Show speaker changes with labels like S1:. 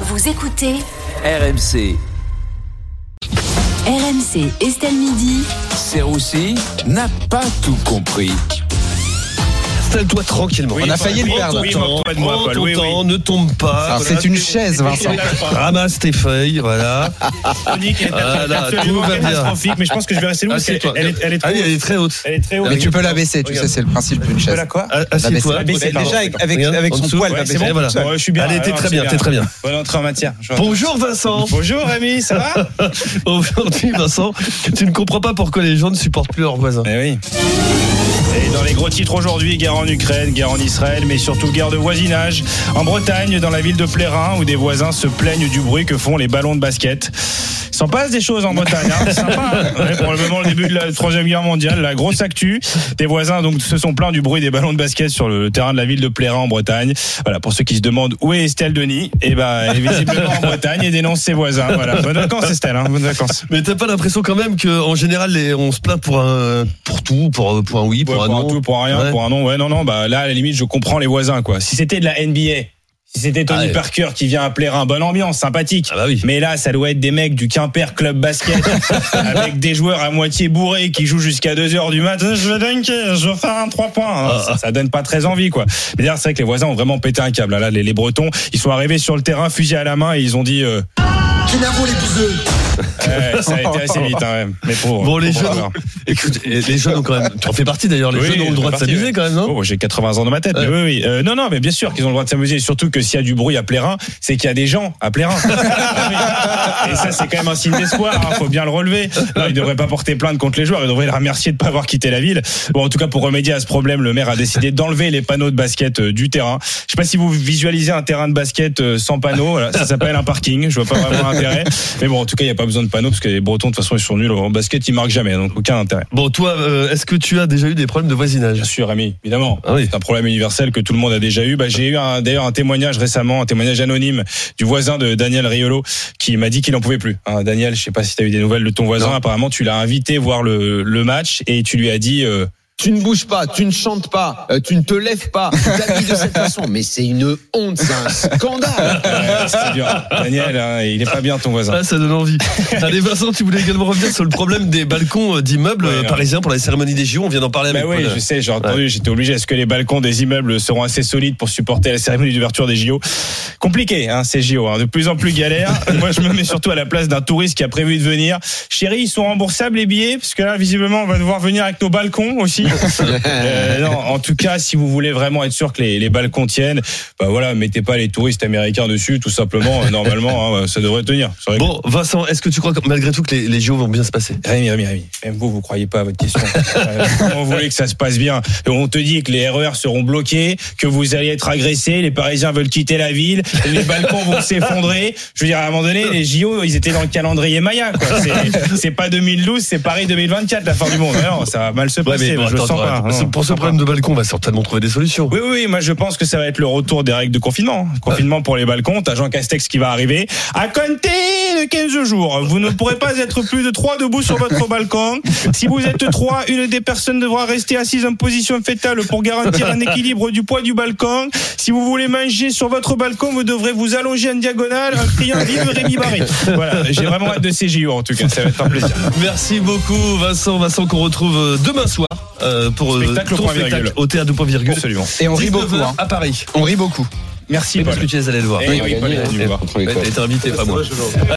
S1: Vous écoutez
S2: RMC,
S1: RMC Estelle Midi.
S2: Serroussi n'a pas tout compris.
S3: Installe-toi tranquillement.
S4: Oui,
S3: On a
S4: Paul,
S3: failli le
S4: prends
S3: perdre.
S4: ton- oui, moque-toi de moi,
S3: prends
S4: Paul,
S3: ton
S4: oui, Ah,
S3: temps, ne tombe pas.
S5: Alors, Ah, c'est une chaise, Vincent.
S3: Ramasse tes feuilles, voilà.
S4: Sonic est
S3: Voilà,
S4: absolument
S3: tout va bien.
S4: catastrophique, mais je pense que je vais rester loin parce qu'elle
S3: Assieds-toi.
S4: elle est, elle est trop
S3: Ah oui, elle est
S4: haute.
S3: très haute.
S4: Elle est très haute.
S5: Mais tu peux la baisser, tu sais, c'est le principe d'une chaise.
S4: quoi
S3: Ah, Assieds-toi.
S5: La
S4: baisser,
S3: Regarde,
S4: pardon.
S5: Avec-
S3: regarde,
S5: avec
S3: en
S5: son
S3: dessous.
S5: poil,
S3: Ouais,
S5: la
S3: c'est
S5: baisser,
S3: bon,
S5: voilà.
S3: tout seul.
S4: Ouais, je suis bien.
S3: Allez, t'es
S4: Alors,
S3: très
S4: c'est
S3: bien,
S4: bien.
S3: t'es très bien.
S4: Bonne entrée en matière. Je vois.
S3: Bonjour Vincent.
S4: Bonjour Rémi, ça va
S3: Aujourd'hui Vincent, tu ne comprends pas pourquoi les gens ne supportent plus leurs voisins.
S4: Eh oui. Et dans les gros titres aujourd'hui, guerre en Ukraine, guerre en Israël, mais surtout guerre de voisinage. En Bretagne, dans la ville de Plérin, où des voisins se plaignent du bruit que font les ballons de basket. Il s'en passe des choses en Bretagne, hein. C'est sympa. hein. Ouais, pour le moment, le début de la Troisième Guerre mondiale, la grosse actu. Des voisins donc se sont plaints du bruit des ballons de basket sur le terrain de la ville de Plérin en Bretagne. Voilà, pour ceux qui se demandent où est Estelle Denis, et ben, elle est visiblement en Bretagne et dénonce ses voisins. Voilà. Bonnes vacances Estelle, hein. bonnes vacances.
S3: Mais t'as pas l'impression quand même que en général les- on se plaint pour un pour tout, pour, pour un oui, pour
S4: Ouais,
S3: un
S4: pour
S3: non.
S4: un tout, pour un rien,
S3: Ouais.
S4: pour un non. Ouais, non, non, bah là, à la limite, je comprends les voisins, quoi. Si c'était de la NBA, si c'était Tony
S3: Ah ouais.
S4: Parker qui vient appeler un bonne ambiance, sympathique.
S3: Ah bah oui.
S4: Mais là, ça doit être des mecs du Quimper Club Basket avec des joueurs à moitié bourrés qui jouent jusqu'à 2h du matin. Je vais dunker, je vais faire un 3 points. hein.
S3: Ah.
S4: Ça, ça donne pas très envie, quoi. Mais d'ailleurs, c'est vrai que les voisins ont vraiment pété un câble. hein, Là, les, les Bretons, ils sont arrivés sur le terrain, fusil à la main, et ils ont dit. euh, Ouais, ça a été assez vite, hein, ouais. Mais pour,
S3: Bon les
S4: pour
S3: jeunes,
S4: voir.
S3: ont- écoute, et les jeunes ont quand même. Tu en fais partie d'ailleurs. Les
S4: Oui,
S3: jeunes ont
S4: je
S3: le droit de
S4: fais partie,
S3: s'amuser
S4: ouais.
S3: quand même, non
S4: Oh, j'ai 80 ans dans ma tête, mais oui, oui. Euh, non, non, mais bien sûr qu'ils ont le droit de s'amuser. Surtout que s'il y a du bruit à Plérin, c'est qu'il y a des gens à Plérin. Ah oui. Et ça, c'est quand même un signe d'espoir. hein, faut bien le relever. Non, ils devraient pas porter plainte contre les joueurs. Ils devraient les remercier de pas avoir quitté la ville. Bon, en tout cas, pour remédier à ce problème, le maire a décidé d'enlever les panneaux de basket euh, du terrain. Je sais pas si vous visualisez un terrain de basket euh, sans panneaux. Voilà, ça s'appelle un parking. Je vois pas vraiment l'intérêt. Mais bon, en tout cas, il y a pas besoin de panneaux parce que les Bretons, de toute façon, ils sont nuls en basket. Ils marquent jamais, donc aucun intérêt.
S3: Bon toi, euh, est-ce que tu as déjà eu des problèmes de voisinage
S4: Bien sûr, Rémi, évidemment.
S3: Ah oui.
S4: C'est un problème universel que tout le monde a déjà eu. Bah, j'ai eu un- d'ailleurs un témoignage récemment, un témoignage anonyme du voisin de Daniel Riolo qui m'a dit qu'il n'en pouvait plus. Hein, Daniel, je sais pas si tu as eu des nouvelles de ton voisin.
S5: Non.
S4: Apparemment, tu l'as invité voir le, le match et tu lui as dit. euh,
S6: Tu ne bouges pas, tu ne chantes pas, euh, tu ne te lèves pas, tu t'habilles de cette façon. Mais c'est une honte, c'est un scandale.
S4: Ouais, euh, c'est dur. Daniel, hein, il est pas bien ton voisin.
S3: Ah, ça donne envie. Allez, Vincent, tu voulais également revenir sur le problème des balcons euh, d'immeubles
S4: Ouais,
S3: euh,
S4: ouais.
S3: parisiens pour la cérémonie des JO. On vient d'en parler
S4: Bah
S3: avec
S4: oui,
S3: Paul.
S4: je sais, j'ai entendu, j'étais obligé. Est-ce que les balcons des immeubles seront assez solides pour supporter la cérémonie d'ouverture des JO Compliqué, hein, ces JO. hein, de plus en plus galère. Moi, je me mets surtout à la place d'un touriste qui a prévu de venir. Chérie, ils sont remboursables les billets Parce que là, visiblement, on va devoir venir avec nos balcons aussi. Euh, non, en tout cas, si vous voulez vraiment être sûr que les, les balcons tiennent, bah voilà, mettez pas les touristes américains dessus, tout simplement. Euh, Normalement, hein, ça devrait tenir. Ça aurait-
S3: Bon, Vincent, est-ce que tu crois que, malgré tout que les, les JO vont bien se passer
S4: Rémi, Rémi, Rémi, même vous, vous croyez pas à votre question. Euh, Comment vous voulez que ça se passe bien Et On te dit que les RER seront bloqués, que vous allez être agressés, les Parisiens veulent quitter la ville, les balcons vont s'effondrer. Je veux dire, à un moment donné, les JO, ils étaient dans le calendrier Maya. quoi. C'est- C'est pas 2012, c'est Paris 2024, la fin du monde. Alors, ça va mal se passer,
S3: bon,
S4: je le
S3: attends,
S4: sens pas.
S3: attends,
S4: Non.
S3: Pour ce problème de balcon, on va certainement trouver des solutions.
S4: Oui, oui, oui, moi je pense que ça va être le retour des règles de confinement. Confinement pour les balcons, t'as Jean Castex qui va arriver. À compter de 15 jours, vous ne pourrez pas être plus de 3 debout sur votre balcon. Si vous êtes 3, une des personnes devra rester assise en position fétale pour garantir un équilibre du poids du balcon. Si vous voulez manger sur votre balcon, vous devrez vous allonger en diagonale en criant vive Rémi Barré. Voilà, j'ai vraiment hâte de ces JO en tout cas, ça va être un plaisir.
S3: Merci beaucoup, Vincent. Vincent, qu'on retrouve euh, demain soir euh, pour euh,
S4: Spectacle au
S3: ton
S4: point virgule.
S3: spectacle au théâtre de Point Virgule.
S4: Absolument.
S6: Et on rit
S3: 19
S6: beaucoup,
S3: heures
S6: hein.
S3: à Paris.
S6: On rit beaucoup.
S4: Merci
S3: Oui, parce
S4: Paul.
S3: que tu es allé le voir.
S4: Eh oui, Paul, il a dû le voir.
S3: Ouais, T'as été invité, pas moi.